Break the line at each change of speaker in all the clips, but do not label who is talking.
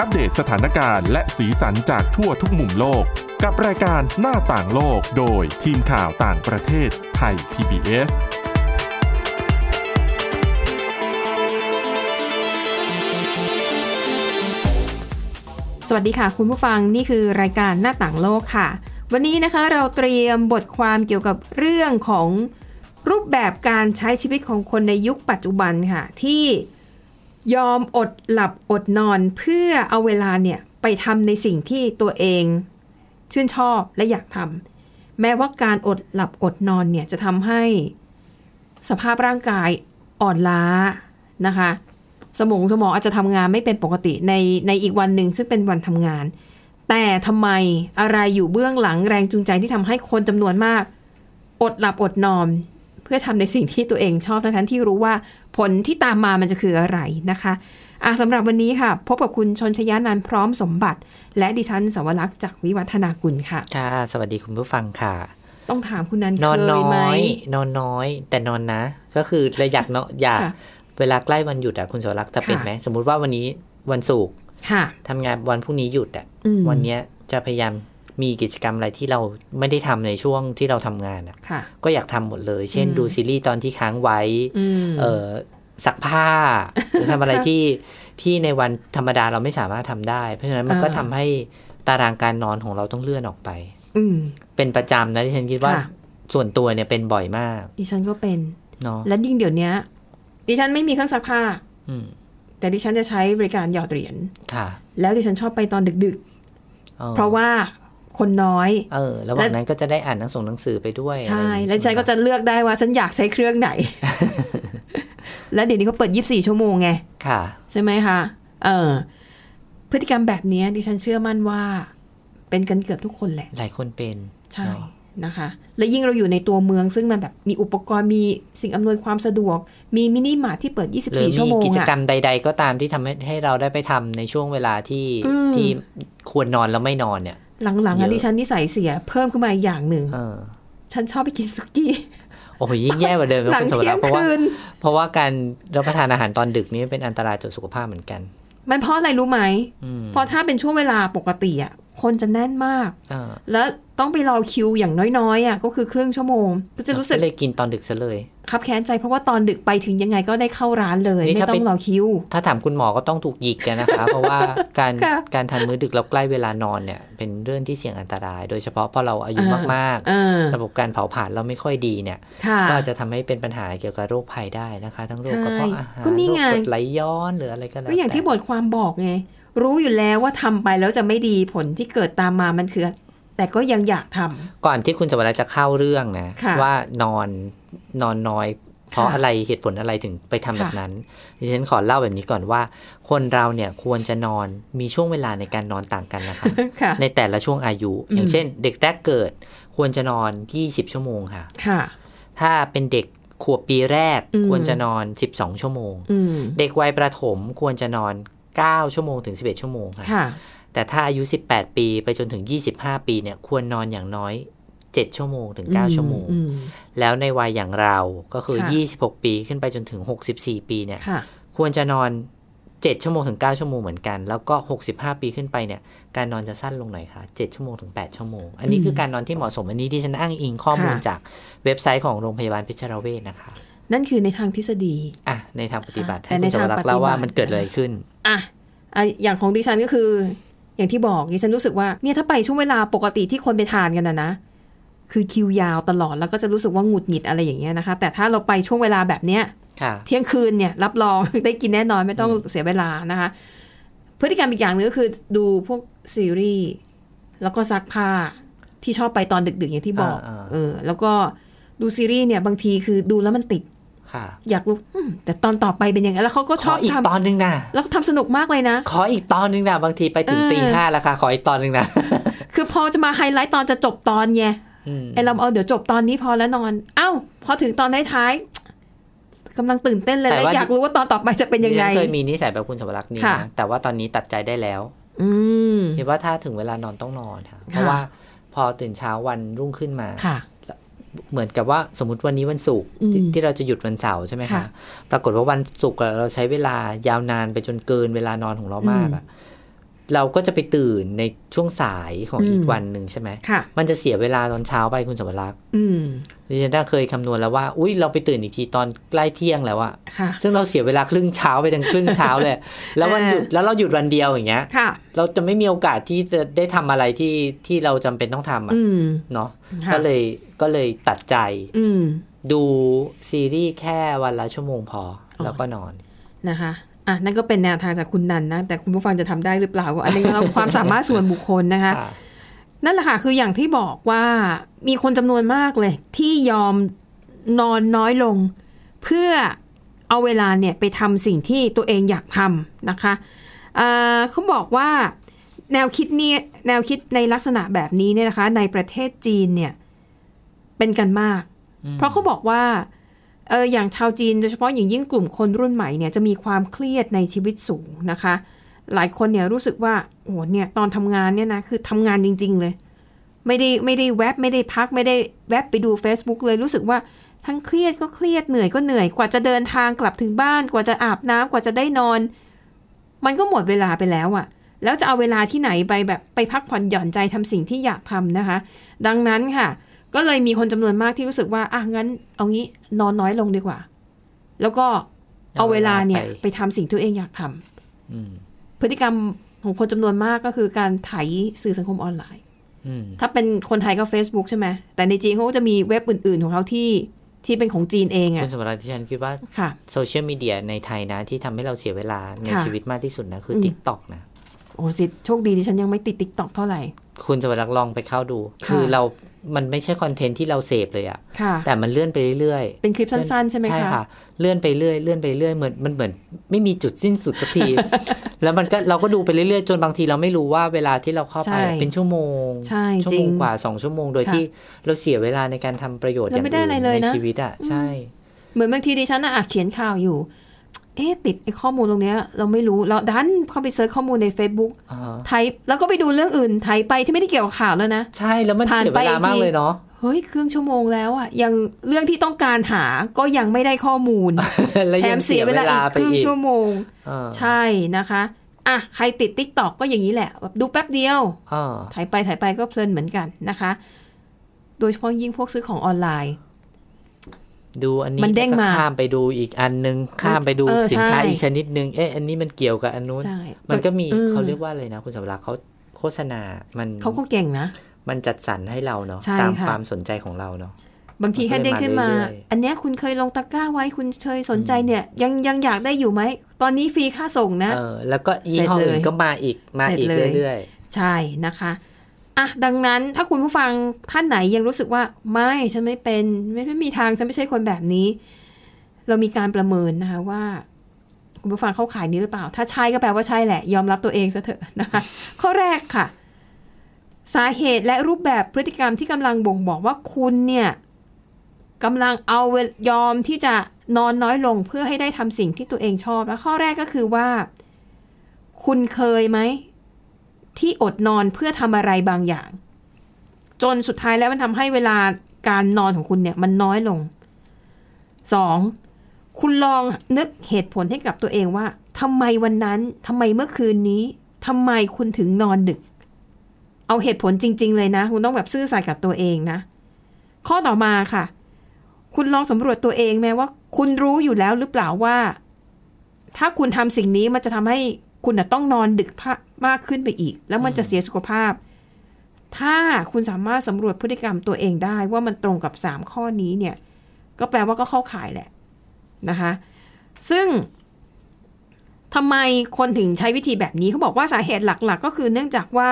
อัปเดตสถานการณ์และสีสันจากทั่วทุกมุมโลก กับรายการหน้าต่างโลกโดยทีมข่าวต่างประเทศไทย PBS
สวัสดีค่ะ คุณผู้ฟังนี่คือรายการหน้าต่างโลกค่ะ วันนี้นะคะเราเตรียมบทความเกี่ยวกับเรื่องของรูปแบบการใช้ชีวิตของคนในยุคปัจจุบันค่ะ ที่ยอมอดหลับอดนอนเพื่อเอาเวลาเนี่ยไปทำในสิ่งที่ตัวเอง ชื่นชอบและอยากทำแม้ว่าการอดหลับอดนอนเนี่ยจะทำให้ สภาพร่างกายอ่อนล้านะคะ สมองสมองอาจจะทำงานไม่เป็นปกติในในอีกวันหนึ่งซึ่งเป็นวันทำงาน แต่ทำไมอะไรอยู่เบื้องหลังแรงจูงใจที่ทำให้คนจำนวนมาก อดหลับอดนอน เพื่อทำในสิ่งที่ตัวเองชอบทั้งๆที่รู้ว่าผลที่ตามมามันจะคืออะไรนะคะอ่ะสำหรับวันนี้ค่ะ พบกับคุณชนชยานันท์พร้อมสมบัติ และดิฉันสวรักษ์จากวิวัฒนากุลค่ะ
ค่ะ สวัสดีคุณผู้ฟังค่ะ
ต้องถามคุณนันท์
นอน
เค
น้
ยไหม
อย นอนน้อย แต่นอนนะ ก็คือเราอยาก เนาะอยาก
ค่ะ
เวลาใกล้วันหยุดอะคุณสวรักษ์จะเป็น
ค่ะ
ไหม สมมุติว่าวันนี้วันศุกร์
ค่ะ
ทำงานวันพรุ่งนี้หยุดอะ
อืม
วันเนี้ยจะพยายามมีกิจกรรมอะไรที่เราไม่ได้ทำในช่วงที่เราทำงานอะ
ค่ะ
ก็อยากทำหมดเลย เช่น
อืม
ดูซีรีส์ตอนที่ค้างไว้
อืม
เออซักผ้าหรือทำอะไร
ค่ะ
ที่ที่ในวันธรรมดาเราไม่สามารถทำได้ เพราะฉะนั้นมันก็
อ่า
ทำให้ตารางการนอนของเราต้องเลื่อนออกไป
อืม
เป็นประจำนะที่ฉันคิดว่า
ค่ะ
ส่วนตัวเนี่ยเป็นบ่อยมาก
ดิฉันก็เป็น
เนาะ
และยิ่งเดี๋ยวเนี้ยดิฉันไม่มีเครื่องซักผ้า
อืม
แต่ดิฉันจะใช้บริการหยอดเหรียญ
ค่ะ
แล้วดิฉันชอบไปตอนดึก
ออ
ๆ เพราะว่าคนน้อย
เออระหว่างนั้นก็จะได้อ่านหนังส่งหนังสือไปด้วย
ใช่
อะไรอย่างงี้
แล้วดิฉันก็
ใช่ไหม
จะเลือกได้ว่าฉันอยากใช้เครื่อง ไหน แล้วเดี๋ยวนี้เขาเปิด 24 ชั่วโมงไง
ค่ะ
ใช่ไหมคะ เออ พฤติกรรมแบบเนี้ยดิฉันเชื่อมั่นว่า เป็นกันเกือบทุกคนแหละ
หลายคนเป็น
ใช่
เนาะ
นะคะ และยิ่งเราอยู่ในตัวเมืองซึ่งมันแบบมีอุปกรณ์มีสิ่งอำนวยความสะดวก มีมินิมาร์ทที่เปิด
หรือ
24 ชั่ว
มี
โมง
กิจ
อะ
กรรมใด ๆ ก็ตามที่ทำให้ให้เราได้ไปทำในช่วงเวลาที่
อืม
ที่ควรนอนแล้วไม่นอนเนี่ย
หลังๆ
เย
อะ
อะ
ดิฉันนิสัยเสียเพิ่มขึ้นมาอีกอย่างหนึ่ง
เออ
ฉันชอบไปกินสุกี้
โอ้โหยิ่งแย่กว่าเดิม นะ
หลัง
คุณสม
เที่ยง
รักเพราะว่า
คืน
เพราะว่าการรับประทานอาหารตอนดึกนี่เป็นอันตรายต่อสุขภาพเหมือนกัน
มันเพราะอะไรรู้ไหม
อืม
เพราะถ้าเป็นช่วงเวลาปกติอ่ะ คนจะแน่นมาก
อ่า
แล้วต้องไปรอคิวอย่างน้อยๆอ่ะก็คือครึ่งชั่วโมง ก็จะรู้สึก
เลยกินตอนดึกซะเลย
คับแค้นใจเพราะว่าตอนดึกไปถึงยังไงก็ได้เข้าร้านเลย
นี่
ไม่
ถ้า
ต้อ
เป็
ง
น
รอคิว
ถ้าถามคุณหมอก็ต้องถูกหยิกกันนะคะ เพราะว่าการ
ค่ะ
การทานมื้อดึกแล้วใกล้เวลานอนเนี่ย เป็นเรื่องที่เสี่ยงอันตราย โดยเฉพาะพอเราอายุมาก
เออ
ๆ ระบบการเผาผลาญเราไม่ค่อยดีเนี่ย
ค่ะ
ก็อาจจะทำให้เป็นปัญหาเกี่ยวกับโรคภัยได้นะคะ ทั้งโรคกระเพาะอาหาร
ก็นี่
โรค
ไง
กรดไหลย้อนหรืออะไรก็แล้ว
ก็อย่างที่บ
แต่
ทความบอกไง รู้อยู่แล้วว่าทำไปแล้วจะไม่ดีผลที่เกิดตามมามันคือ แต่ก็ยังอยากทำ
ก่อนที่คุณสวรรค์จะเข้าเรื่องนะ
ค่ะ
ว่านอนนอนน้อย เพราะ
ค่ะ
อะไรเหตุผลอะไรถึงไป
ค่ะ
ทำแบบนั้นดิฉันขอเล่าแบบนี้ก่อนว่า คนเราเนี่ยควรจะนอนมีช่วงเวลาในการนอนต่างกันนะคะ
ค่ะ
ในแต่ละช่วงอายุ อ
อื
ย่าง
ม
เช่น เด็กแรกเกิดควรจะนอน 20 ชั่วโมงค่ะ
ค่ะ
ถ้าเป็นเด็กขวบปีแรก
อืม
ควรจะนอน 12 ชั่วโมง
อืม
เด็กวัยประถมควรจะนอน 9 ชั่วโมงถึง 11 ชั่วโมงค่ะ
ค่ะ
แต่ถ้าอายุ 18 ปีไปจนถึง 25 ปีเนี่ยควรนอนอย่างน้อย 7 ชั่วโมงถึง 9 ชั่วโมง
อืม
แล้วในวัยอย่างเราก็คือ
ค่ะ
26 ปีขึ้นไปจนถึง 64 ปีเนี่ย
ค่ะ
ควรจะนอน 7 ชั่วโมงถึง 9 ชั่วโมงเหมือนกัน แล้วก็ 65 ปีขึ้นไปเนี่ย การนอนจะสั้นลงหน่อยค่ะ 7 ชั่วโมงถึง 8 ชั่วโมง อันนี้
อืม
คือการนอนที่เหมาะสม อันนี้ที่ฉันอ้างอิงข้อมูล
ค่ะ
จากเว็บไซต์ของโรงพยาบาลเพชรเวชนะคะ
นั่นคือในทางทฤษฎี
อ่ะ ในทางปฏิบัติ
ค่ะ
ให้คุณ
แต่
ส
ใน
ว
ทาง
รักษ์เล่าว่า
ปฏิบัติ
มันเกิดอะไรขึ้น
อ่ะอ่ะอย่างของดิฉันก็คือ อย่างที่บอกดิฉันรู้สึกว่าเนี่ยถ้าไปช่วงเวลาปกติที่คนไปทานกันนะนะ คือคิวยาวตลอดแล้วก็จะรู้สึกว่าหงุดหงิดอะไรอย่างเงี้ยนะคะ แต่ถ้าเราไปช่วงเวลาแบบเนี้ย
ค่ะ
เที่ยงคืนเนี่ยรับรอง ได้กินแน่นอนไม่ต้องเสียเวลานะคะ พฤติกรรมอีกอย่างหนึงก็คือดูพวกซีรีส์แล้วก็ซักผ้าที่ชอบไปตอนดึกๆ อย่างที่บอก
อ่าๆ
เออ แล้วก็ดูซีรีส์เนี่ยบางทีคือดูแล้วมันติด
ค่ะ
อยากลุกอืมแต่ตอนต่อไปเป็นยังไงแล้วเขาก็
ข
ช
อ
อบ
อีก
ท
ตอนหนึงนะ
ำแล้วก็ทำสนุกมากเลยนะ
ขออีกตอนหนึงนะ บางทีไปถึง
เออ
ตีห้าแล้วค่ะ ขออีกตอนหนึงนะ
คือพอจะมาไฮไลท์ตอนจะจบตอนไง
อืม
ไอเราเอาเดี๋ยวจบตอนนี้พอแล้วนอน เอ้า พอถึงตอนท้ายๆกำลังตื่นเต้นเลย
แต่
และ
ว่า
อยากรู้ว่าตอนต่อไปจะเป็นยังไง
ดิฉัเคยมีนิสัยแบบคุณสวรักษ์นี้
ค่ะ
นะแต่ว่าตอนนี้ตัดใจได้แล้ว
อืม
คิดว่าถ้าถึงเวลานอนต้องนอนค่ะ เพราะ
ค่ะ
ว่าพอตื่นเช้าวันรุ่งขึ้นมา
ค่ะ
เหมือนกับว่าสมมติวันนี้วันศุกร์
อืม
ที่ที่เราจะหยุดวันเสาร์ใช่ไหม
ค่ะ
คะ ปรากฏว่าวันศุกร์อะเราใช้เวลายาวนานไปจนเกินเวลานอนของเรามากอะ เราก็จะไปตื่นในช่วงสายของอี
อื
ก
ม
วันหนึ่งใช่ไหม
ค่ะ
มันจะเสียเวลาตอนเช้าไปคุณสมรักษ์
อืม
ดิฉันน่าเคยคำนวณแล้วว่าอุ้ยเราไปตื่นอีกทีตอนใกล้เที่ยงแล้วอะ
ค่ะ
ซึ่งเราเสียเวลาครึ่งเช้าไปทั้งครึ่งเช้า เลย แล้ววันหยุดแล้วเราหยุดวันเดียวอย่างเงี้ย
ค่ะ
เราจะไม่มีโอกาสที่จะได้ทำอะไรที่ที่เราจำเป็นต้องทำอะ
อืม
เนาะ
ค่ะ
ก็เลยก็เลยตัดใจ
อืม
ดูซีรีส์แค่วันละชั่วโมงพออ
อ
แล้วก็นอน
นะคะอ่ะนั่นก็เป็นแนวทางจากคุณนันนะ แต่คุณผู้ฟังจะทำได้หรือเปล่าก็อันนี้ก็ ความสามารถส่วนบุคคลนะคะ
ค่ะ
นั่นแหละค่ะ คืออย่างที่บอกว่ามีคนจำนวนมากเลย ที่ยอมนอนน้อยลง เพื่อเอาเวลาเนี่ยไปทำสิ่งที่ตัวเองอยากทำนะคะเอ่อเขาบอกว่าแนวคิดเนี่ยแนวคิดในลักษณะแบบนี้เนี่ยนะคะ ในประเทศจีนเนี่ยเป็นกันมาก
อืม
เพราะเขาบอกว่าเอออย่างชาวจีนโดยเฉพาะอย่างยิ่งกลุ่มคนรุ่นใหม่เนี่ยจะมีความเครียดในชีวิตสูงนะคะ หลายคนเนี่ยรู้สึกว่าโอ้โหเนี่ยตอนทำงานเนี่ยนะคือทำงานจริง ๆ เลย ไม่ได้ไม่ได้แวบไม่ได้พักไม่ได้แวบไปดู Facebook เลยรู้สึกว่าทั้งเครียดก็เครียดเหนื่อยก็เหนื่อยกว่าจะเดินทางกลับถึงบ้าน กว่าจะอาบน้ำกว่าจะได้นอน มันก็หมดเวลาไปแล้วอะแล้วจะเอาเวลาที่ไหนไปแบบไปพักผ่อนหย่อนใจทำสิ่งที่อยากทำนะคะ ดังนั้นค่ะ ก็เลยมีคนจำนวนมากที่รู้สึกว่าอ่ะงั้น เอางี้นอนน้อยลงดีกว่า แล้วก็เอาเวลาเนี่ย
เอาเวลาไป
ไปทำสิ่งที่ตัวเองอยากทำ
อืม
พฤติกรรมของคนจำนวนมากก็คือการไถสื่อสังคมออนไลน์
อืม
ถ้าเป็นคนไทยก็ Facebook ใช่ไหม แต่ในจีนเขาก็จะมีเว็บอื่น ๆ ของเขาที่ที่เป็นของจีนเอง
คุณ
อะ
สมรักที่ฉันคิดว่า
ค่ะ
โซเชียลมีเดียในไทยนะ ที่ทำให้เราเสียเวลาใน
ค่ะ
ชีวิตมากที่สุดนะ คืออ
ม
TikTok นะ
โอ้สิโชคดีที่ฉันยังไม่ติดติ๊กตอกเท่าไหร่
คุณสมรักลองไปเข้าดู
ค่ะ
คือเรา มันไม่ใช่คอนเทนต์ที่เราเสพเลยอะ
ค่ะ
แต่มันเลื่อนไปเรื่อย
เป็นคลิปสั้น ๆ ใช่ไหม
ๆใช่
คะ
ค่ะ เลื่อนไปเรื่อยเลื่อนไปเรื่อยเหมือนมันเหมือน ไม่มีจุดสิ้นสุดสักที แล้วมันก็เราก็ดูไปเรื่อยๆ จนบางทีเราไม่รู้ว่าเวลาที่เราเข้าไปอะเป็นชั่วโมง
ใช่
ชั่ว
จริ
โม
ง
งกว่าสองชั่วโมงโดย
ค่ะ
ที่เราเสียเวลาในการทำประโยชน์อย่าง
เราไม่ได้
อื่
อะ
น
ไรเลย
ใน
นะ
ชีวิตอ่ะใช่
เหมือนบางทีดิฉันน่ะอ่ะเขียนข่าวอยู่ เอ๊ะติดไอ้ข้อมูลตรงเนี้ยเราไม่รู้เราดันเข้าไปเซิร์ชข้อมูลใน Facebook
อ่าฮะ
ไทยแล้วก็ไปดูเรื่องอื่นไทยไปที่ไม่ได้เกี่ยวกับข่าวแล้วนะ
ใช่แล้วมัน
ผ่าน
เสีย
ไป
เวลา
อีก
มาก
ที
เลยเนาะ
เฮ้ยครึ่งชั่วโมงแล้วอะยังเรื่องที่ต้องการหาก็ยังไม่ได้ข้อมูล
แล้ว
แถ
ยั
ม
ง
เสี
เสี
ย
ย
เว
เว
ลาอี
ลาก ไป
ครึ่ง
อีก
ชั่วโมง
อ่า
ใช่นะคะอ่ะใครติด t ิ k t o k ก็อย่างนี้แหละแบบดูแป๊บเดียว
อ่า
ถ่ายไปถ่ายไปก็เพลินเหมือนกันนะคะ โดยเฉพาะยิ่งพวกซื้อของออนไลน์
ดูอันนี้
มันเด้ง
แล้วก็
มา
ข้ามไปดูอีกอันนึง ข้ามไปดู
เออใช่
สินค้าอีกชนิดนึงเอ๊ะอันนี้มันเกี่ยวกับอันนู้น
ใช่
มันก็มี
ออ
เขาเรียกว่าอะไรนะ คุณสำรักเขาโฆษณา มัน
เขาก็เก่งนะ
มันจัดสรรให้เราเนาะ
ใช่
ตาม
ค่ะ
ความสนใจของเราเนาะ
บางทีแค่เด้งขึ้นมา
มันก็เลยมาเรื่อยๆ
อันเนี้ยคุณเคยลงตะกร้าไว้คุณเคยสนใจเนี่ย ยังยังอยากได้อยู่ไหม ตอนนี้ฟรีค่าส่งนะ
เออแล้วก็ยี่ห้อ
เสร็จเลย
อื่นก็มาอีกมาอีก
เสร็จเลย
เรื่อย
ใช่นะคะอ่ะดังนั้นถ้าคุณผู้ฟังท่านไหนยังรู้สึกว่าไม่ฉันไม่เป็นไม่ไม่มีทางฉันไม่ใช่คนแบบนี้ เรามีการประเมินนะคะว่า คุณผู้ฟังเข้าขายนี้หรือเปล่า ถ้าใช่ก็แปลว่าใช่แหละ ยอมรับตัวเองซะเถอะนะคะ ข้อแรกค่ะ สาเหตุและรูปแบบพฤติกรรมที่กำลังบ่งบอกว่าคุณเนี่ยกำลังเอาเวยอมที่จะนอนน้อยลงเพื่อให้ได้ทำสิ่งที่ตัวเองชอบและข้อแรกก็คือว่า คุณเคยไหม ที่อดนอนเพื่อทำอะไรบางอย่าง จนสุดท้ายแล้วมันทำให้เวลาการนอนของคุณเนี่ยมันน้อยลง 2. คุณลองนึกเหตุผลให้กับตัวเองว่าทำไมวันนั้นทำไมเมื่อคืนนี้ทำไมคุณถึงนอนดึก เอาเหตุผลจริง ๆ เลยนะ คุณต้องแบบซื่อสัตย์กับตัวเองนะ ข้อต่อมาค่ะ คุณลองสำรวจตัวเองแม้ว่า คุณรู้อยู่แล้วหรือเปล่าว่า ถ้าคุณทำสิ่งนี้มันจะทำให้คุณน่ะต้องนอนดึกพะมากขึ้นไปอีก แล้วมันจะเสียสุขภาพ ถ้าคุณสามารถสำรวจพฤติกรรมตัวเองได้ว่ามันตรงกับ 3 ข้อนี้เนี่ย ก็แปลว่าก็เข้าข่ายแหละนะคะ ซึ่งทำไมคนถึงใช้วิธีแบบนี้เขาบอกว่าสาเหตุหลัก ๆ ก็คือเนื่องจากว่า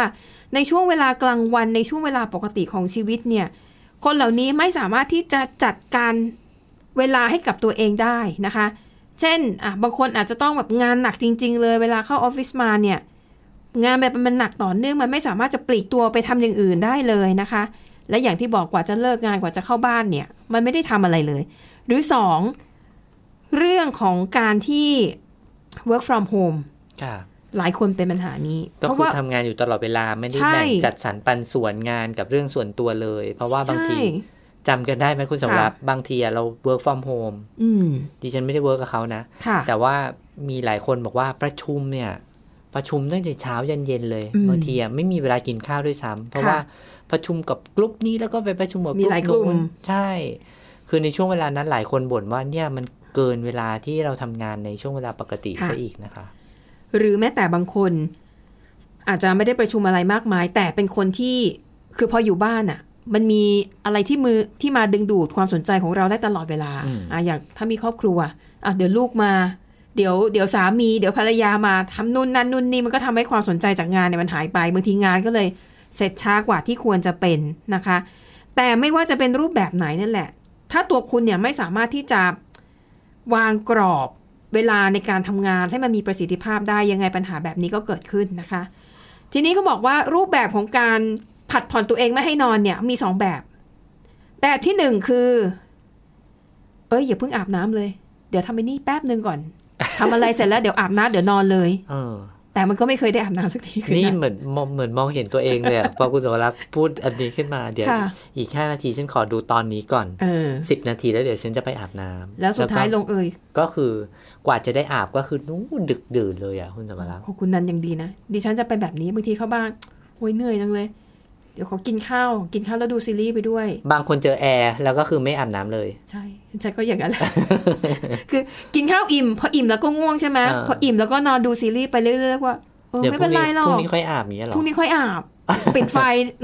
ในช่วงเวลากลางวันในช่วงเวลาปกติของชีวิตเนี่ย คนเหล่านี้ไม่สามารถที่จะจัดการเวลาให้กับตัวเองได้นะคะ เช่นอ่ะบางคนอาจจะต้องแบบงานหนักจริง ๆ เลย เวลาเข้าออฟฟิศมาเนี่ย งานแบบมันหนักต่อเนื่องมันไม่สามารถจะปลีกตัวไปทำอย่างอื่นได้เลยนะคะ และอย่างที่บอกกว่าจะเลิกงานกว่าจะเข้าบ้านเนี่ย มันไม่ได้ทำอะไรเลย หรือสองเรื่องของการที่ work from home
ๆค่ะ
หลายคนเป็นปัญหานี้
ก็
เพราะ
คือ
ว่า
ทำงานอยู่ตลอดเวลาไม่ได้
ใช่
แบ่งจัดสรรปันส่วนงานกับเรื่องส่วนตัวเลย เพราะว่าบางที
ใช่
จำกันได้ไหมคุณสำ
ค่ะ
รับบางทีอะเรา work from home
อืม
ดิฉันไม่ได้ work กับเขานะ
ค่ะ
แต่ว่ามีหลายคนบอกว่าประชุมเนี่ย ประชุมตั้งแต่เช้ายันเย็นเลย
อืม
บางทีอะไม่มีเวลากินข้าวด้วยซ้ำเพราะ
ค่ะ
ว่าประชุมกับกลุ่มนี้แล้วก็ไปประชุมกับ
มีหลายกลุ่ม
นู้นใช่ คือในช่วงเวลานั้นหลายคนบ่นว่าเนี่ยมันเกินเวลาที่เราทำงานในช่วงเวลาปกติซะอีกนะคะ
หรือแม้แต่บางคน อาจจะไม่ได้ประชุมอะไรมากมาย แต่เป็นคนที่คือพออยู่บ้านอะ่ะ มันมีอะไรที่มือที่มาดึงดูดความสนใจของเราได้ตลอดเวลา
อืม
อ่ะอย่างถ้ามีครอบครัวอ่ะเดี๋ยวลูกมา เดี๋ยวเดี๋ยวสามี เดี๋ยวภรรยามาทำนู่นนั่นนู่นนี่มันก็ทำให้ความสนใจจากงานเนี่ยมันหายไปบางทีงานก็เลยเสร็จช้ากว่าที่ควรจะเป็นนะคะ แต่ไม่ว่าจะเป็นรูปแบบไหนนั่นแหละ ถ้าตัวคุณเนี่ยไม่สามารถที่จะวางกรอบเวลาในการทำงานให้มันมีประสิทธิภาพได้ยังไงปัญหาแบบนี้ก็เกิดขึ้นนะคะ ทีนี้เขาบอกว่ารูปแบบของการผัดผ่อนตัวเองไม่ให้นอนเนี่ยมีสองแบบ แบบที่หนึ่งคือ เอ้ยอย่าเพิ่งอาบน้ำเลย เดี๋ยวทำไปนี่แป๊บหนึ่งก่อน ทำอะไรเสร็จแล้วเดี๋ยวอาบน้ำเดี๋ยวนอนเลย
เออ
แต่มันก็ไม่เคยได้อาบน้ำสักทีคือ
นี่
นะ
เหมือนมองเหมือนมองเห็นตัวเองเลยอะ พอคุณสวรักษ์พูดอันนี้ขึ้นมาเดี๋ยว
ค่ะ
อีกแค่นาทีฉันขอดูตอนนี้ก่อน
เออ
สิบนาทีแล้วเดี๋ยวฉันจะไปอาบน้ำ
แล้วสุดท้ายล
ก็
งเอย
ก็คือกว่าจะได้อาบก็คือนู้นดึกดื่นเลยอ่ะคุณสวรักษ์
ของคุณนันยังดีนะดิฉันจะไปนแบบนี้บางทีเข้าบ้านโอ้ยเหนื่อยจังเลย เดี๋ยวขอกินข้าว กินข้าวแล้วดูซีรีส์ไปด้วย
บางคนเจอแอร์แล้วก็คือไม่อาบน้ำเลย
ใช่ฉันก็อย่างนั้นแหละ คือกินข้าวอิ่ม พออิ่มแล้วก็ง่วงใช่ไหม
อ่า
พออิ่มแล้วก็นอนดูซีรีส์ไปเรื่อยๆว่าเออ
เดี๋ยว
ไม่
พ
เป็
รุ่
น
ง
ไร
นี้
หรอ
พรุ่
ก
งนี้ค่อยอาบอย่างเงี้ยหรอ
พรุ่งนี้ค่อยอาบ ปิดไฟ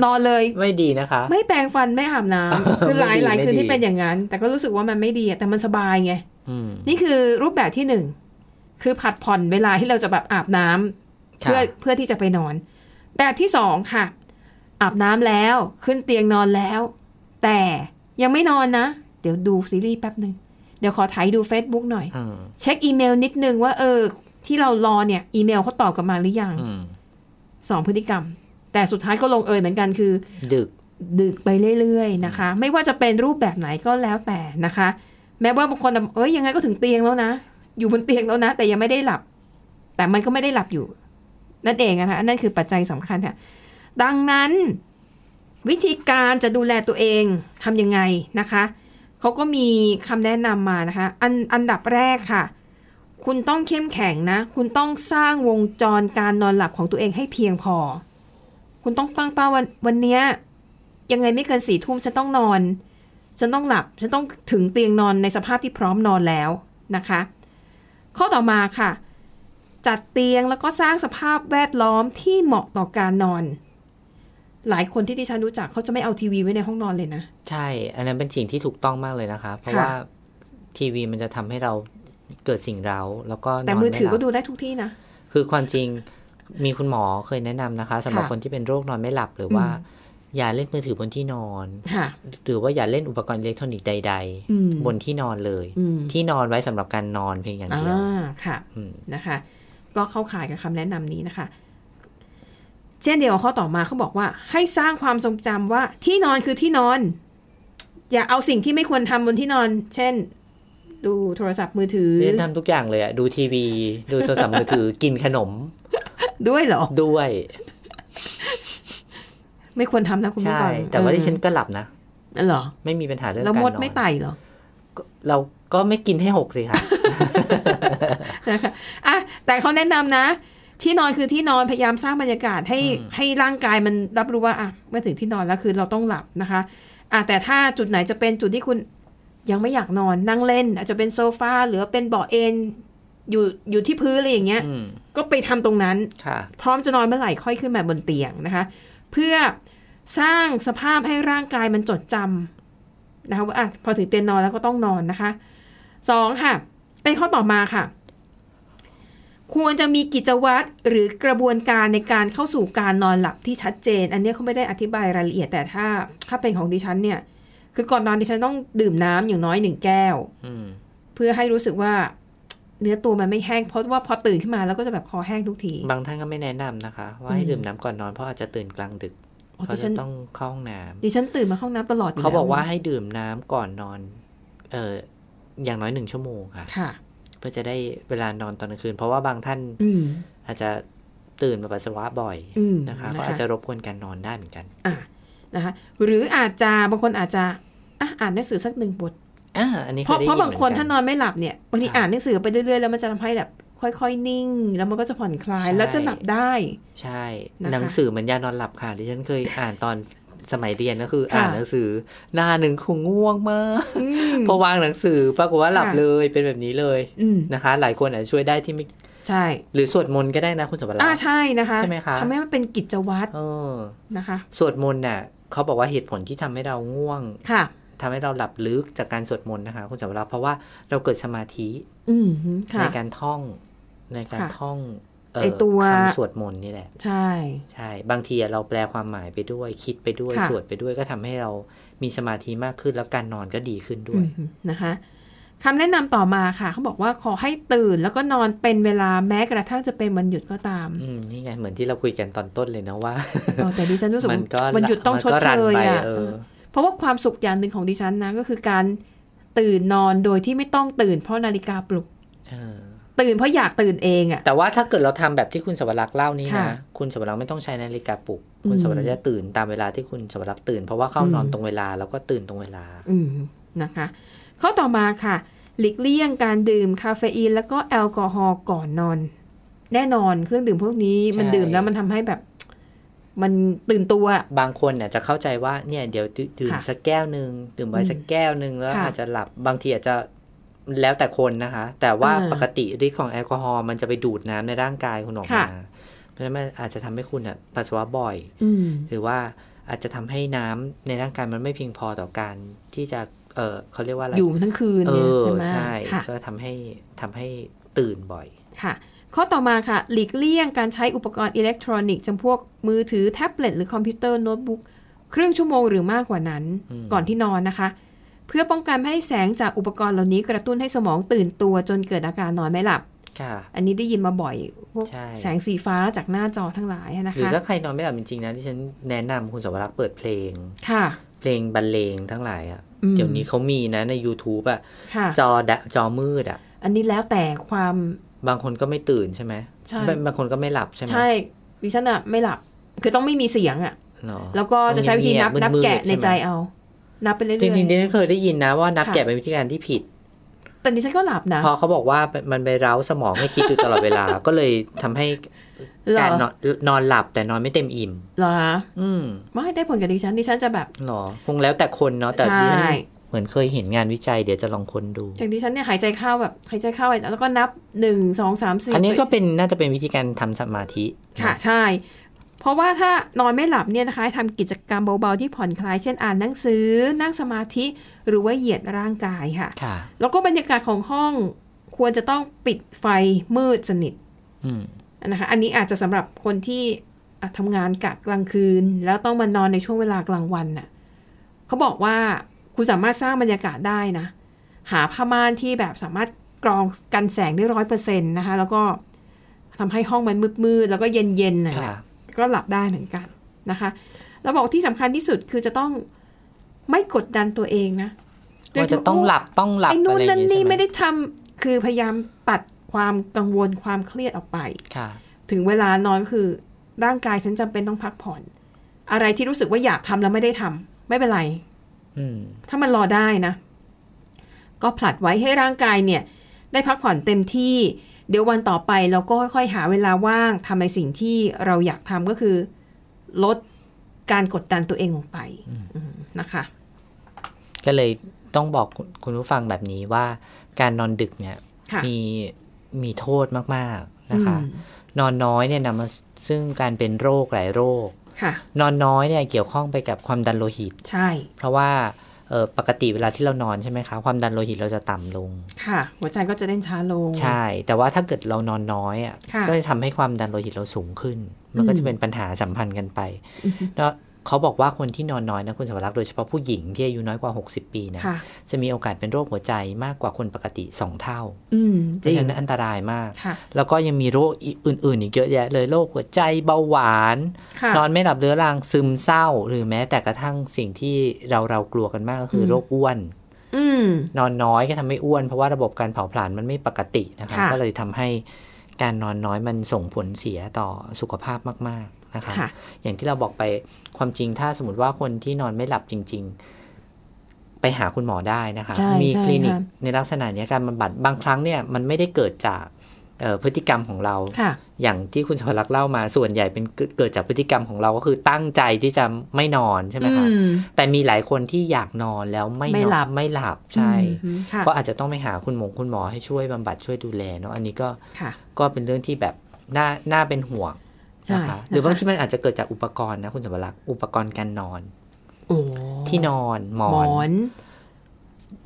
นอน เลย
ไม่ดีนะคะ
ไม่แปรงฟันไม่อาบน้ ำคือหลาย
ไม่ดี
หลายคืน
ไม่ดี
ที่เป็นอย่างนั้น แต่ก็รู้สึกว่ามันไม่ดีอะแต่มันสบายไง
อืม
นี่คือรูปแบบที่หนึ่งคือผัดผ่อนเวลาที่เราจะแบบอาบน้ำเพื่อ
ค่ะ
เพื่อที่จะไปนอน แบบที่สองค่ะ อาบน้ำแล้วขึ้นเตียงนอนแล้ว แต่ยังไม่นอนนะ เดี๋ยวดูซีรีส์แป๊บหนึ่งเดี๋ยวขอไถ่ายดู Facebook หน่อย
อืม
เช็คอีเมลนิดนึงว่าเออ ที่เรารอเนี่ย อีเมลเขาตอบกลับมาหรือยัง
อืม
สองพฤติกรรม แต่สุดท้ายก็ลงเอยเหมือนกันคือ
ดึก
ดึกไปเรื่อยๆนะคะ ไม่ว่าจะเป็นรูปแบบไหนก็แล้วแต่นะคะ แม้ว่าบางคนน่ะเอ้ยยังไงก็ถึงเตียงแล้วนะ อยู่บนเตียงแล้วนะ แต่ยังไม่ได้หลับ แต่มันก็ไม่ได้หลับอยู่ นั่นเองนะคะอันนั่นคือปัจจัยสำคัญค่ะ ดังนั้นวิธีการจะดูแลตัวเองทำยังไงนะคะเขาก็มีคำแนะนำมานะคะ อันอันดับแรกค่ะ คุณต้องเข้มแข็งนะ คุณต้องสร้างวงจรการนอนหลับของตัวเองให้เพียงพอ คุณต้องตั้งเป้าวันวันเนี้ย ยังไงไม่เกินสี่ทุ่มฉันต้องนอน ฉันต้องหลับ ฉันต้องถึงเตียงนอนในสภาพที่พร้อมนอนแล้วนะคะ ข้อต่อมาค่ะ จัดเตียงแล้วก็สร้างสภาพแวดล้อมที่เหมาะต่อการนอน หลายคนที่ดิฉันรู้จักเขาจะไม่เอาทีวีไว้ในห้องนอนเลยนะ
ใช่ อันนั้นเป็นสิ่งที่ถูกต้องมากเลยนะคะ เพราะ
ค่ะ
ว่าทีวีมันจะทำให้เราเกิดสิ่งเร้าแล้วก็นน
แต่มือถือ
ไหลับ
ก็ดูได้ทุกที่นะ
คือความจริงมีคุณหมอเคยแนะนำนะคะสำหรับ
ค่ะ
คนที่เป็นโรคนอนไม่หลับหรือว่า
อืม
อย่าเล่นมือถือบนที่นอน
ค่ะ
หรือว่าอย่าเล่นอุปกรณ์อิเล็กทรอนิกส์ใด
อืม
ๆ บนที่นอนเลย
อืม
ที่นอนไว้สำหรับการนอนเพียงอย่าง
อ่า
เดียว
ค่ะ
อืม
นะคะก็เข้าข่ายกับคำแนะนำนี้นะคะ เช่นเดียวกับข้อต่อมาเขาบอกว่า ให้สร้างความทรงจำว่าที่นอนคือที่นอน อย่าเอาสิ่งที่ไม่ควรทำบนที่นอน เช่น ดูโทรศัพท์มือถือ
เรียนทำทุกอย่างเลยอะดูทีวี ดูโทรศัพท์มือถือ กินขนม
ด้วยเหรอ
ด้วย
ไม่ควรทำนะคุณผู้
ใช่
ฟัง
แต่ว่า
เออ
ที่ฉันก็หลับนะ
เหรอ
ไม่มีปัญหาเรื่อง
แล้
กาวรน
ม
อ
ด
น
ไม่ไต่เหรอ
ก็เราก็ไม่กินให้หกสิคะ
นะคะอ่ะแต่เขาแนะนำนะ ที่นอนคือที่นอนพยายามสร้างบรรยากาศให้ให้ร่างกายมันรับรู้ว่าอ่ะเมื่อถึงที่นอนแล้วคือเราต้องหลับนะคะอ่ะแต่ถ้าจุดไหนจะเป็นจุดที่คุณ ยังไม่อยากนอนนั่งเล่น อาจจะเป็นโซฟาหรือเป็นเบาะเอนอยู่อยู่ที่พื้นอะไรอย่างเงี้ย
อืม
ก็ไปทำตรงนั้น
ค่ะ
พร้อมจะนอนเมื่อไหร่ค่อยขึ้นมาบนเตียงนะคะ เพื่อสร้างสภาพให้ร่างกายมันจดจำนะคะว่าอ่ะพอถึงเตียงนอนแล้วก็ต้องนอนนะคะสองค่ะเป็นข้อต่อมาค่ะ ควรจะมีกิจวัตรหรือกระบวนการในการเข้าสู่การนอนหลับที่ชัดเจน อันเนี้ยเขาไม่ได้อธิบายรายละเอียดแต่ถ้า ถ้าเป็นของดิฉันเนี่ย คือก่อนนอนดิฉันต้องดื่มน้ำอย่างน้อยหนึ่งแก้ว
อืม
เพื่อให้รู้สึกว่าเนื้อตัวมันไม่แห้งเพราะว่าพอตื่นขึ้นมาแล้วก็จะแบบคอแห้งทุกที
บางท่านก็ไม่แนะนำนะคะ ว่าให้ดื่มน้ำก่อนนอนเพราะอาจจะตื่นกลางดึก
อ๋อ
เพ
ดิ
ราะ
ฉั
จะ
น
ต้องเข้าห้องน้ำ
ดิฉันตื่นมาเข้าห้องน้ำตลอดยู่
เขาบอกว่า
แล้
ให้ดื่มน้ำก่อนนอน เอออย่างน้อยหนึ่งชั่วโมงค่ะ
ค่ะ
เพื่อจะได้เวลานอนตอนกลางคืน เพราะว่าบางท่าน
อืม
อาจจะตื่นมาปัสสาวะบ่อย
อืม
นะคะ
นะคะ
ก็อาจจะรบกวนการนอนได้เหมือนกัน
อ่ะนะคะหรืออาจจะบางคนอาจจะอ่ะอ่านหนังสือสักหนึ่งบท
อ่าอันนี้
เพราะ
คยได้
เพราะ
ยิ
บางคน
หมื
ถ้า
กั
นอนไม่หลับเนี่ยบางที
ค่ะ
อ่านหนังสือไปเรื่อยๆแล้วมันจะทำให้แบบ ค่อยๆนิ่ง แล้วมันก็จะผ่อนคลาย
ใช่
แล้วจะหลับได้
ใช่
นะคะ
หนังสือเหมือนยานอนหลับค่ะที่ฉันเคยอ่านตอนสมัยเรียนก็คือ
ค่ะ
อ่านหนังสือหน้าหนึ่งคงง่วงมาก
อืม
พอวางหนังสือปรากฏว่าหลับ
ค่ะ
เลยเป็นแบบนี้เลย
อืม
นะคะ หลายคนอาจจะช่วยได้ที่ไม่
ใช่
หรือสวดมนต์ก็ได้นะคุณสมบัติ
อ่าใช่นะคะ
ใช่ไหมคะ
ทำให้มันเป็นกิจวัตร
เออ
นะคะ
สวดมนต์น่ะเขาบอกว่าเหตุผลที่ทำให้เราง่วง
ค่ะ
ทำให้เราหลับลึกจากการสวดมนต์นะคะ คุณสมบัติเพราะว่าเราเกิดสมาธิ
อืมค่ะ
ในการท่องในการ
ค่ะ
ท่องเ
ไอ้ตัว
คำสวดมนต์นี่แหละ
ใช่
ใช่ บางทีอะเราแปลความหมายไปด้วย คิดไปด้วย
ค่ะ
สวดไปด้วยก็ทำให้เรามีสมาธิมากขึ้น แล้วการนอนก็ดีขึ้นด้
อื
วย
มนะคะคำแนะนำต่อมาค่ะเขาบอกว่าขอให้ตื่นแล้วก็นอนเป็นเวลาแม้กระทั่งจะเป็นวันหยุดก็ตาม
อืมนี่ไง เหมือนที่เราคุยกันตอนต้นเลยนะว่า
เออแต่ดิฉันรู้สึก
มันก็
วันหยุดต้อง
มัน
ชด
ก็
เช
รัน
ย
ไป
อ่ะ
เออ
เพราะว่าความสุขอย่างหนึ่งของดิฉันนะก็คือการตื่นนอนโดยที่ไม่ต้องตื่นเพราะนาฬิกาปลุก
เออ
ตื่นเพราะอยากตื่นเองอ่ะ
แต่ว่าถ้าเกิดเราทำแบบที่คุณสวรักษ์เล่านี้
ค่ะ
นะ คุณสวรักษ์ไม่ต้องใช้นาฬิกาปลุก
อืม
คุณสวรักษ์จะตื่นตามเวลาที่คุณสวรักษ์ตื่น เพราะว่าเข้านอน
อืม
ตรงเวลาแล้วก็ตื่นตรงเวลา
อืมนะคะ ข้อต่อมาค่ะ หลีกเลี่ยงการดื่มคาเฟอีน แล้วก็แอลกอฮอล์ก่อนนอน แน่นอนเครื่องดื่มพวกนี้มัน
ใช่
ดื่มแล้วมันทำให้แบบ มันตื่นตัว
บางคนเนี่ยจะเข้าใจว่าเนี่ยเดี๋ยวดื่มดื่ม
ค่ะ
สักแก้วหนึ่งดื่มไว้
อืม
สักแก้วหนึ่งแล้ว
ค่ะ
อาจจะหลับบางทีอาจจะแล้วแต่คนนะคะ แต่ว่า
อ่า
ปกติฤทธิ์ของแอลกอฮอล์มันจะไปดูดน้ำในร่างกายคุณออก
ค่ะ
มาเพราะฉะนั้นมันอาจจะทำให้คุณอ่ะปัสสาวะบ่อย
อืม
หรือว่าอาจจะทำให้น้ำในร่างกายมันไม่เพียงพอต่อการที่จะเออเขาเรียกว่าอะไร
อยู่มาทั้งคืน
เอ
เนี่ย
อ
ใช่ไหม
ใช่
ค่ะ
ก็ทำให้ทำให้ตื่นบ่อย
ค่ะ ข้อต่อมาค่ะ หลีกเลี่ยงการใช้อุปกรณ์อิเล็กทรอนิกส์จำพวกมือถือแท็บเล็ตหรือคอมพิวเตอร์โน้ตบุ๊กครึ่งชั่วโมงหรือมากกว่านั้น
อืม
ก่อนที่นอนนะคะ เพื่อป้องกันไม่ให้แสงจากอุปกรณ์เหล่านี้กระตุ้นให้สมองตื่นตัวจนเกิดอาการนอนไม่หลับ
ค่ะ
อันนี้ได้ยินมาบ่อยพวก
ใช่
แสงสีฟ้าจากหน้าจอทั้งหลายนะ
หรือ
คะ
ถ้าใครนอนไม่หลับจริงๆนะที่ฉันแนะนำคุณสวรักษ์เปิดเพลง
ค่ะ
เพลงบรรเลงทั้งหลายอะ
อืม
เดี๋ยวนี้เขามีนะใน YouTube อะ
ค่ะ
จอดะจอมืดอะ
อันนี้แล้วแต่ความ
บางคนก็ไม่ตื่นใช่ไหม
ใช่
บางบางคนก็ไม่หลับใช่ไหม
ใช่ดิฉันอะไม่หลับ คือต้องไม่มีเสียงอะ
เนอะ
แล้วก็จะใช้วิธีนับ
ต้อง
นับ
มืดๆ
แกะในใจ
ช่ไหม
เอา นับไปเรื่อย
จริงๆ
ๆ
ดิฉันเคยได้ยินนะว่านับ
ค่ะ
แกะเป็นวิธีการที่ผิด
แต่ดิฉันก็หลับนะ
เพราะเขาบอกว่ามันไปเร้าสมองให้คิดอยู่ตลอดเวลา ก็เลยทำให้
เหรอ
การนอนนอนหลับแต่นอนไม่เต็มอิ่ม
เหรอคะ
อืม
ไม่ได้ผลกับดิฉันดิฉันจะแบบ
หรอคงแล้วแต่คนเนาะแต่
ใช่
ดิฉันเหมือนเคยเห็นงานวิจัยเดี๋ยวจะลองคนดู
อย่างดิฉันเนี่ยหายใจเข้าแบบหายใจเข้าแล้วก็นับหนึ่งสองสามสี่
อันนี้ก็เป็นน่าจะเป็นวิธีการทำสมาธิ
ค่ะใช่ เพราะว่าถ้านอนไม่หลับเนี่ยนะคะให้ทำกิจกรรมเบาๆที่ผ่อนคลายเช่นอ่านหนังสือ นั่งสมาธิหรือว่าเหยียดร่างกายค่ะ
ค่ะ
แล้วก็บรรยากาศของห้องควรจะต้องปิดไฟมืดสนิท
อืม
นะคะอันนี้อาจจะสำหรับคนที่อ่ะทำงานกะกลางคืน แล้วต้องมานอนในช่วงเวลากลางวันน่ะเขาบอกว่าคุณสามารถสร้างบรรยากาศได้นะ หาผ้าม่านที่แบบสามารถกรองกันแสงได้ร้อยเปอร์เซ็นต์นะคะ แล้วก็ทำให้ห้องมันมืดๆแล้วก็เย็นๆน่ะ
ค่ะ
ก็หลับได้เหมือนกันนะคะเราบอกที่สำคัญที่สุดคือจะต้องไม่กดดันตัวเองนะ
ว่าจะต้องหลับต้องหลับ
ไอ้นู่น
อะไรอ
นั่
ย่า
น
งงี้
นี่
ใช่ไหม
ไม่ได้ทำคือพยายามตัดความกังวลความเครียดออกไป
ค่ะ
ถึงเวลานอนคือร่างกายฉันจำเป็นต้องพักผ่อน อะไรที่รู้สึกว่าอยากทำแล้วไม่ได้ทำไม่เป็นไร
อืม
ถ้ามันรอได้นะ ก็ผลัดไว้ให้ร่างกายเนี่ย ได้พักผ่อนเต็มที่ เดี๋ยววันต่อไปเราก็ค่อยๆ หาเวลาว่างทำในสิ่งที่เราอยากทำก็คือ ลดการกดดันตัวเองลงไปอืมนะคะ
ก็เลยต้องบอกคุณคุณผู้ฟังแบบนี้ว่าการนอนดึกเนี่ย
ค่ะ
มีมีโทษมากๆนะคะ
อืม
นอนน้อยเนี่ยนำมาซึ่งการเป็นโรคหลายโรค
ค่ะ
นอนน้อยเนี่ยเกี่ยวข้องไปกับความดันโลหิต
ใช่
เพราะว่าเอ่อปกติเวลาที่เรานอนใช่ไหมคะความดันโลหิตเราจะต่ำลง
ค่ะ หัวใจก็จะเล่นช้าลง
ใช่ แต่ว่าถ้าเกิดเรานอนน้อยอ่ะ
ค่ะ
ก็จะทำให้ความดันโลหิตเราสูงขึ้น มันก็จะเป็นปัญหาสัมพันธ์กันไป
อือฮึ
แล้วเขาบอกว่าคนที่นอนน้อยนะคุณสวรักษ์โดยเฉพาะผู้หญิงที่อายุน้อยกว่า 60 ปีนะ
ค่ะ
จะมีโอกาสเป็นโรคหัวใจมากกว่าคนปกติ 2 เท่า
อืม
เพ
จริง
ราะฉะนั้นอันตรายมาก
ค่ะ
แล้วก็ยังมีโรคอีกอื่น ๆ อีกเยอะแยะเลยโรคหัวใจเบาหวาน
ค่ะ
นอนไม่หลับเรื้อรังซึมเศร้า หรือแม้แต่กระทั่งสิ่งที่เราเรากลัวกันมากก็คือ
ม
อโรคอ้วน
อืม
นอนน้อยก็ทำให้อ้วน เพราะว่าระบบการเผาผลาญมันไม่ปกตินะคะ
ค่ะ
ก็เลยทำให้การนอนน้อยมันส่งผลเสียต่อสุขภาพมาก ๆ นะคะ
ค่ะ
อย่างที่เราบอกไปความจริงถ้าสมมติว่าคนที่นอนไม่หลับจริง ๆ ไปหาคุณหมอได้นะคะ
ใช่
มี
ใช่
คลินิก
ค่ะ
ในลักษณะเนี้ยการบำบัดบางครั้งเนี่ยมันไม่ได้เกิดจาก เอ่อพฤติกรรมของเรา
ค่ะ
อย่างที่คุณชวลักษณ์เล่ามาส่วนใหญ่เป็นเกิดเกิดจากพฤติกรรมของเราก็คือตั้งใจที่จะไม่นอนใช่ไหมคะ
อืม
แต่มีหลายคนที่อยากนอนแล้วไม่นอน
ไม่หลับ
ไม่หลับใช่
อืมค่ะ
ก็อาจจะต้องไปหาคุณหมอคุณหมอให้ช่วยบำบัดช่วยดูแลเนาะอันนี้ก็
ค่ะ
ก็เป็นเรื่องที่แบบน่าน่าเป็นห่วง
ใช่
นะ
นะคะ คะ
หรือบางที่มันอาจจะเกิดจากอุปกรณ์นะคุณสมบัติอุปกรณ์การนอน
โอ้
ที่นอนหมอ
หมอน น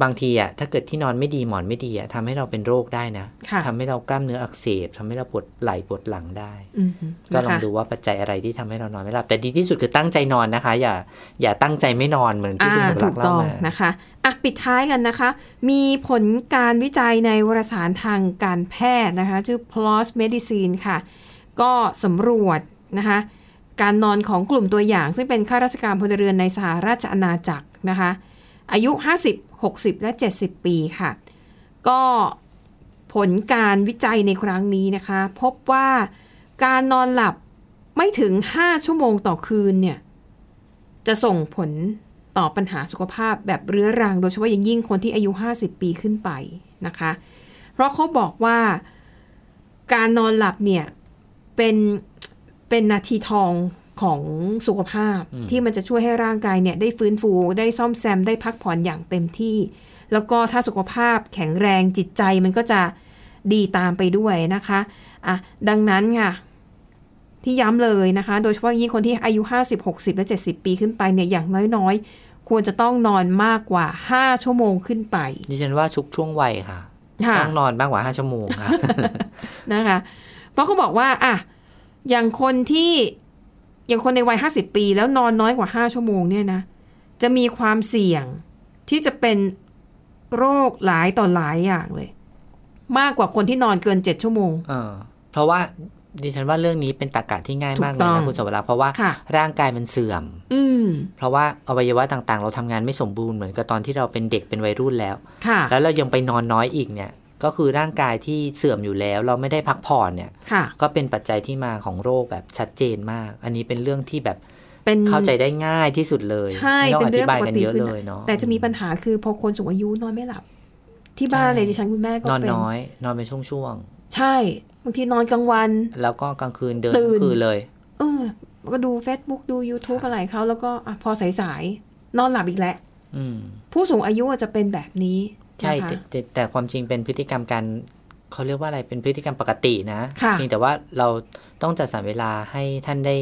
บางทีอ่ะถ้าเกิดที่นอนไม่ดีหมอนไม่ดีอ่ะทำให้เราเป็นโรคได้นะ
ค่ะ
ทำให้เรากล้ามเนื้ออักเสบทำให้เราปวดไหล่ปวดหลังได้
อืม
ก็
นะ
ลอง
คะ
ดูว่าปัจจัยอะไรที่ทำให้เรานอนไม่หลับแต่ดีที่สุดคือตั้งใจนอนนะคะ อย่าอย่าตั้งใจไม่นอนเหมือนที่
อ่า
คุณสมรั
ถู
ก
ก
เล่า
ต้อง
มา
นะคะอ่ะปิดท้ายกันนะคะ มีผลการวิจัยในวารสารทางการแพทย์นะคะ ชื่อ PLOS Medicine ค่ะ ก็สำรวจนะคะ การนอนของกลุ่มตัวอย่าง ซึ่งเป็นข้าราชการพลเรือนในสหราชอาณาจักรนะคะ อายุ 50 60 และ 70 ปีค่ะ ก็ผลการวิจัยในครั้งนี้นะคะ พบว่าการนอนหลับไม่ถึง 5 ชั่วโมงต่อคืนเนี่ย จะส่งผลต่อปัญหาสุขภาพแบบเรื้อรัง โดยเฉพาะอย่างยิ่งคนที่อายุ 50 ปีขึ้นไปนะคะ เพราะเขาบอกว่าการนอนหลับเนี่ย เป็นเป็นนาทีทองของสุขภาพที่มันจะช่วยให้ร่างกายเนี่ย ได้ฟื้นฟูได้ซ่อมแซมได้พักผ่อนอย่างเต็มที่ แล้วก็ถ้าสุขภาพแข็งแรงจิตใจมันก็จะดีตามไปด้วยนะคะอ่ะดังนั้นค่ะ ที่ย้ำเลยนะคะ โดยเฉพาะยิ่งคนที่อายุ 50 60 และ 70 ปีขึ้นไปเนี่ยอย่างน้อยๆ ควรจะต้องนอนมากกว่า 5 ชั่วโมงขึ้นไป
ดิฉันว่าทุกช่วงวัยค่ะ
ค่ะ
ต้องนอนมากกว่าห้าชั่วโมงค่ะ
นะคะ เพราะเขาบอกว่าอ่ะอย่างคนที่อย่างคนในวัย 50 ปีแล้วนอนน้อยกว่า 5 ชั่วโมงเนี่ยนะ จะมีความเสี่ยงที่จะเป็นโรคหลายต่อหลายอย่างเลย มากกว่าคนที่นอนเกิน 7 ชั่วโมง
เออเพราะว่าดิฉันว่าเรื่องนี้เป็นตรรกะที่ง่ายมาก
ถูก
เลย
ต้อง
นะคุณสมรักษ์เพราะว่า
ค่ะ
ร่างกายมันเสื่อม
อืม
เพราะว่าอวัยวะต่างๆ เราทำงานไม่สมบูรณ์เหมือนกับตอนที่เราเป็นเด็กเป็นวัยรุ่นแล้ว
ค่ะ
แล้วเรายังไปนอนน้อยอีกเนี่ย ก็คือร่างกายที่เสื่อมอยู่แล้ว เราไม่ได้พักผ่อนเนี่ย
ค่ะ
ก็เป็นปัจจัยที่มาของโรคแบบชัดเจนมาก อันนี้เป็นเรื่องที่แบบ
เป็น
เข้าใจได้ง่ายที่สุดเลย
ใช่
ไม่ต้อง
เป็
อน
เรื่
ธิ
อง
บาย
ปก
กัน
ติ
เยอะ
ขึ้น
เลยเนาะ
แต่จะมีปัญหาคือพอคนสูงอายุนอนไม่หลับ ที่บ้านเลยดิฉันคุณแม่ก็
นอน
เป็น
น้อย นอนเป็นช่วง
ใช่บางทีนอนกลางวัน
ๆแล้วก็กลางคืนเดิน
ตื่น
ทั้งคืนเลย
เออก็ดู Facebook ดู YouTube อะไรเขาแล้วก็อ่ะพอสายๆนอนหลับอีกแล้ว
อืม
ผู้สูงอายุอาจจะเป็นแบบนี้
ใช่
นะ
แต่
คะ
แต่แต่ความจริงเป็นพฤติกรรมการเขาเรียกว่าอะไรเป็นพฤติกรรมปกตินะ
ค่ะ
เพียงแต่ว่าเราต้องจัดสรรเวลาให้ท่านได้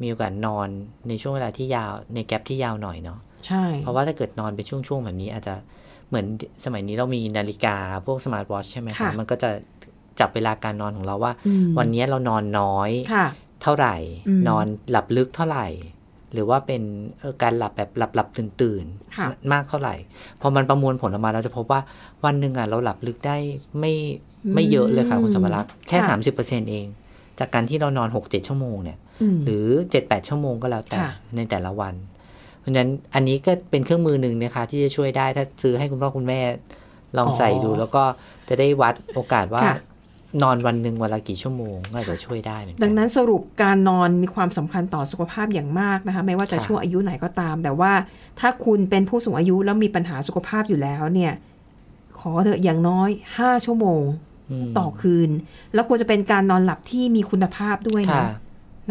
มีโอกาสนอนในช่วงเวลาที่ยาวในแกลบที่ยาวหน่อยเนาะ
ใช่
เพราะว่าถ้าเกิดนอนเป็นช่วงๆแบบนี้อาจจะเหมือนสมัยนี้เรามีนาฬิกาพวกสมาร์ทวอทชใช่ไหม
ค่ะ
มันก็จะจับเวลาการนอนของเราว่า
อืม
วันนี้เรานอนน้อย
ค่ะ
เท่าไหร่
อืม
นอนหลับลึกเท่าไหร่ หรือว่าเป็นเอ่อการหลับแบบหลับหลับตื่นตื่นๆ
ค่ะ
มากเท่าไหร่ พอมันประมวลผลออกมาเราจะพบว่าวันหนึ่งอ่ะเราหลับลึกได้ไม่ไม่เยอะเลยค่ะคุณสมรักษ์แค่ 30%เอง จากการที่เรานอน 6-7 ชั่วโมงเนี่ย
อืม
หรือ 7-8 ชั่วโมงก็แล้วแต่
ค่ะ
ในแต่ละวัน เพราะฉะนั้นอันนี้ก็เป็นเครื่องมือหนึ่งนะคะ ที่จะช่วยได้ถ้าซื้อให้คุณพ่อคุณแม่ลองใส่ดู แล้วก็จะได้วัดโอกาสว่า นอนวันหนึ่งวันละกี่ชั่วโมงก็อาจจะช่วยได้เหมือนกั
ดังนั้นสรุปการนอนมีความสำคัญต่อสุขภาพอย่างมากนะคะ ไม่ว่าจะ
ค่ะ
ช่วงอายุไหนก็ตาม แต่ว่าถ้าคุณเป็นผู้สูงอายุแล้วมีปัญหาสุขภาพอยู่แล้วเนี่ย ขอเถอะอย่างน้อย 5 ชั่วโมง
ม
ต่อคืน แล้วควรจะเป็นการนอนหลับที่มีคุณภาพด้วย
ค่ะ
นะ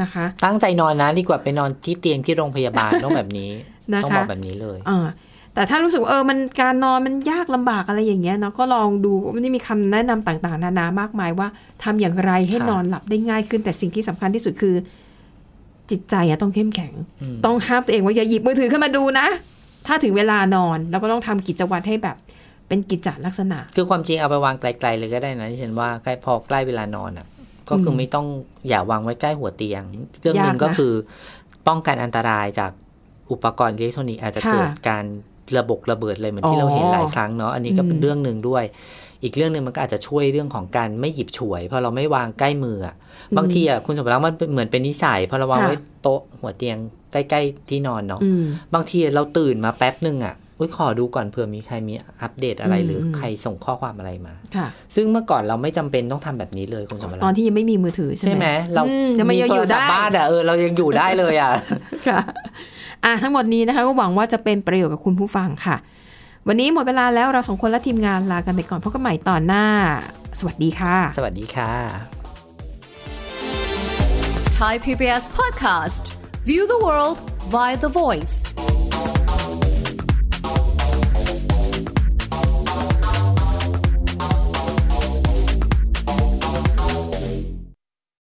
นะคะ
ตั้งใจนอนนะดีกว่าไปนอนที่เตียงที่โรงพยาบาล ต้องแบบนี้
นะคะ
ต้องบอกแบบนี้เลย
อ่าแต่ถ้ารู้สึกว่าเออมันการนอนมันยากลำบากอะไรอย่างเงี้ยเนาะก็ลองดูมันมีคำแนะนำต่างๆ นานามากมายว่าทำอย่างไรให้
ค่ะ
นอนหลับได้ง่ายขึ้น แต่สิ่งที่สำคัญที่สุดคือ จิตใจอะต้องเข้มแข็ง
ม
ต้องห้ามตัวเองว่าอย่าหยิบมือถือขึ้นมาดูนะ ถ้าถึงเวลานอนแล้วก็ต้องทำกิจวัตรให้แบบเป็นกิจจลักษณะ
คือความจริงเอาไปวางไกลๆเลยก็ได้นะที่ฉันว่าใกล้พอใกล้เวลานอนอ่ะ ก็คืออไม่ต้องอย่าวางไว้ใกล้หัวเตียง เรื่องหนึ่ง
ยากนะ
ก็คือป้องกันอันตรายจากอุปกรณ์อิเล็กทรอนิกส์อาจจะ
ค่ะ
เกิดการระบบระเบิดเลยเหมือน
อ๋
ที่
อ
เราเห็นหลายครั้งเนาะอันนี้ก็เป็
อื
น
ม
เรื่องหนึ่งด้วย อีกเรื่องหนึ่งมันก็อาจจะช่วยเรื่องของการไม่หยิบฉวยเพราะเราไม่วางใกล้มืออะ บางทีอ่ะคุณสมรักษ์มันเป็นเหมือนเป็นนิสัยพอเราวาง
ค่ะ
ไว้โต๊ะหัวเตียงใกล้ๆที่นอนเนาะ
อืม
บางทีเราตื่นมาแป๊บหนึ่งอ่ะอุ้ยขอดูก่อนเผื่อมีใครมีอัปเดตอะไร
อืม
หรือใครส่งข้อความอะไรมา
ค่ะ
ซึ่งเมื่อก่อนเราไม่จำเป็นต้องทำแบบนี้เลยคุณสมรัก
ตอน
ษ์
ที่ยังไม่มีมือถือใช่
ใช่ไหมเรา
อืมยังไม่ยัง
โท
อ
ร
ยู่
ศัพ
ได้
ท์บ้านอ่ะเออเรายังอยู่ได้เลยอ่ะ
ค่ะอ่ะ ทั้งหมดนี้นะคะก็หวังว่าจะเป็นประโยชน์กับคุณผู้ฟังค่ะ วันนี้หมดเวลาแล้วเราสองคนและทีมงานลากันไปก่อนพบกันใหม่ตอนหน้า
สวัสดีค่ะ
สวัสดีค่ะ
Thai PBS podcast. View the world via the voice.